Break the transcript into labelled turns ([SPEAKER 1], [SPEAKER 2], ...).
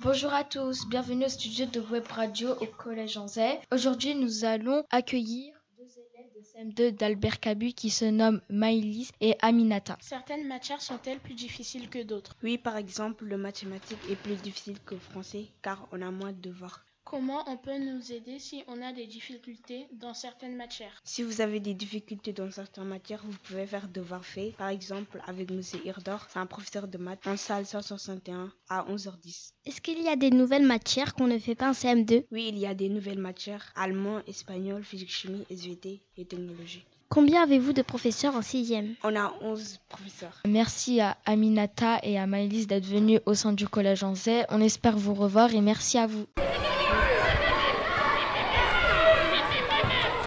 [SPEAKER 1] Bonjour à tous, bienvenue au studio de Web Radio au Collège Anzay. Aujourd'hui, nous allons accueillir deux élèves de CM2 d'Albert Cabu qui se nomment Maïlis et Aminata.
[SPEAKER 2] Certaines matières sont-elles plus difficiles que d'autres
[SPEAKER 3] Oui, par exemple, le mathématique est plus difficile que le français car on a moins de devoirs.
[SPEAKER 2] Comment on peut nous aider si on a des difficultés dans certaines matières
[SPEAKER 3] Si vous avez des difficultés dans certaines matières, vous pouvez faire devoir fait. Par exemple, avec M. Irdor, c'est un professeur de maths en salle 161 à 11h10.
[SPEAKER 4] Est-ce qu'il y a des nouvelles matières qu'on ne fait pas en CM2
[SPEAKER 3] Oui, il y a des nouvelles matières allemand, espagnol, physique, chimie, SVT et technologie.
[SPEAKER 4] Combien avez-vous de professeurs en 6e
[SPEAKER 3] On a 11 professeurs.
[SPEAKER 1] Merci à Aminata et à Maëlys d'être venus au sein du collège Anzay. On espère vous revoir et merci à vous.